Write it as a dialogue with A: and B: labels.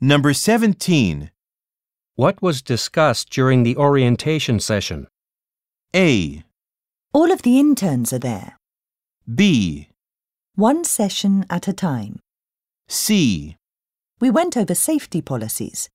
A: Number 17.
B: What was discussed during the orientation session?
A: A.
C: All of the interns are there,
A: B.
C: one session at a time.
A: C.
C: We went over safety policies,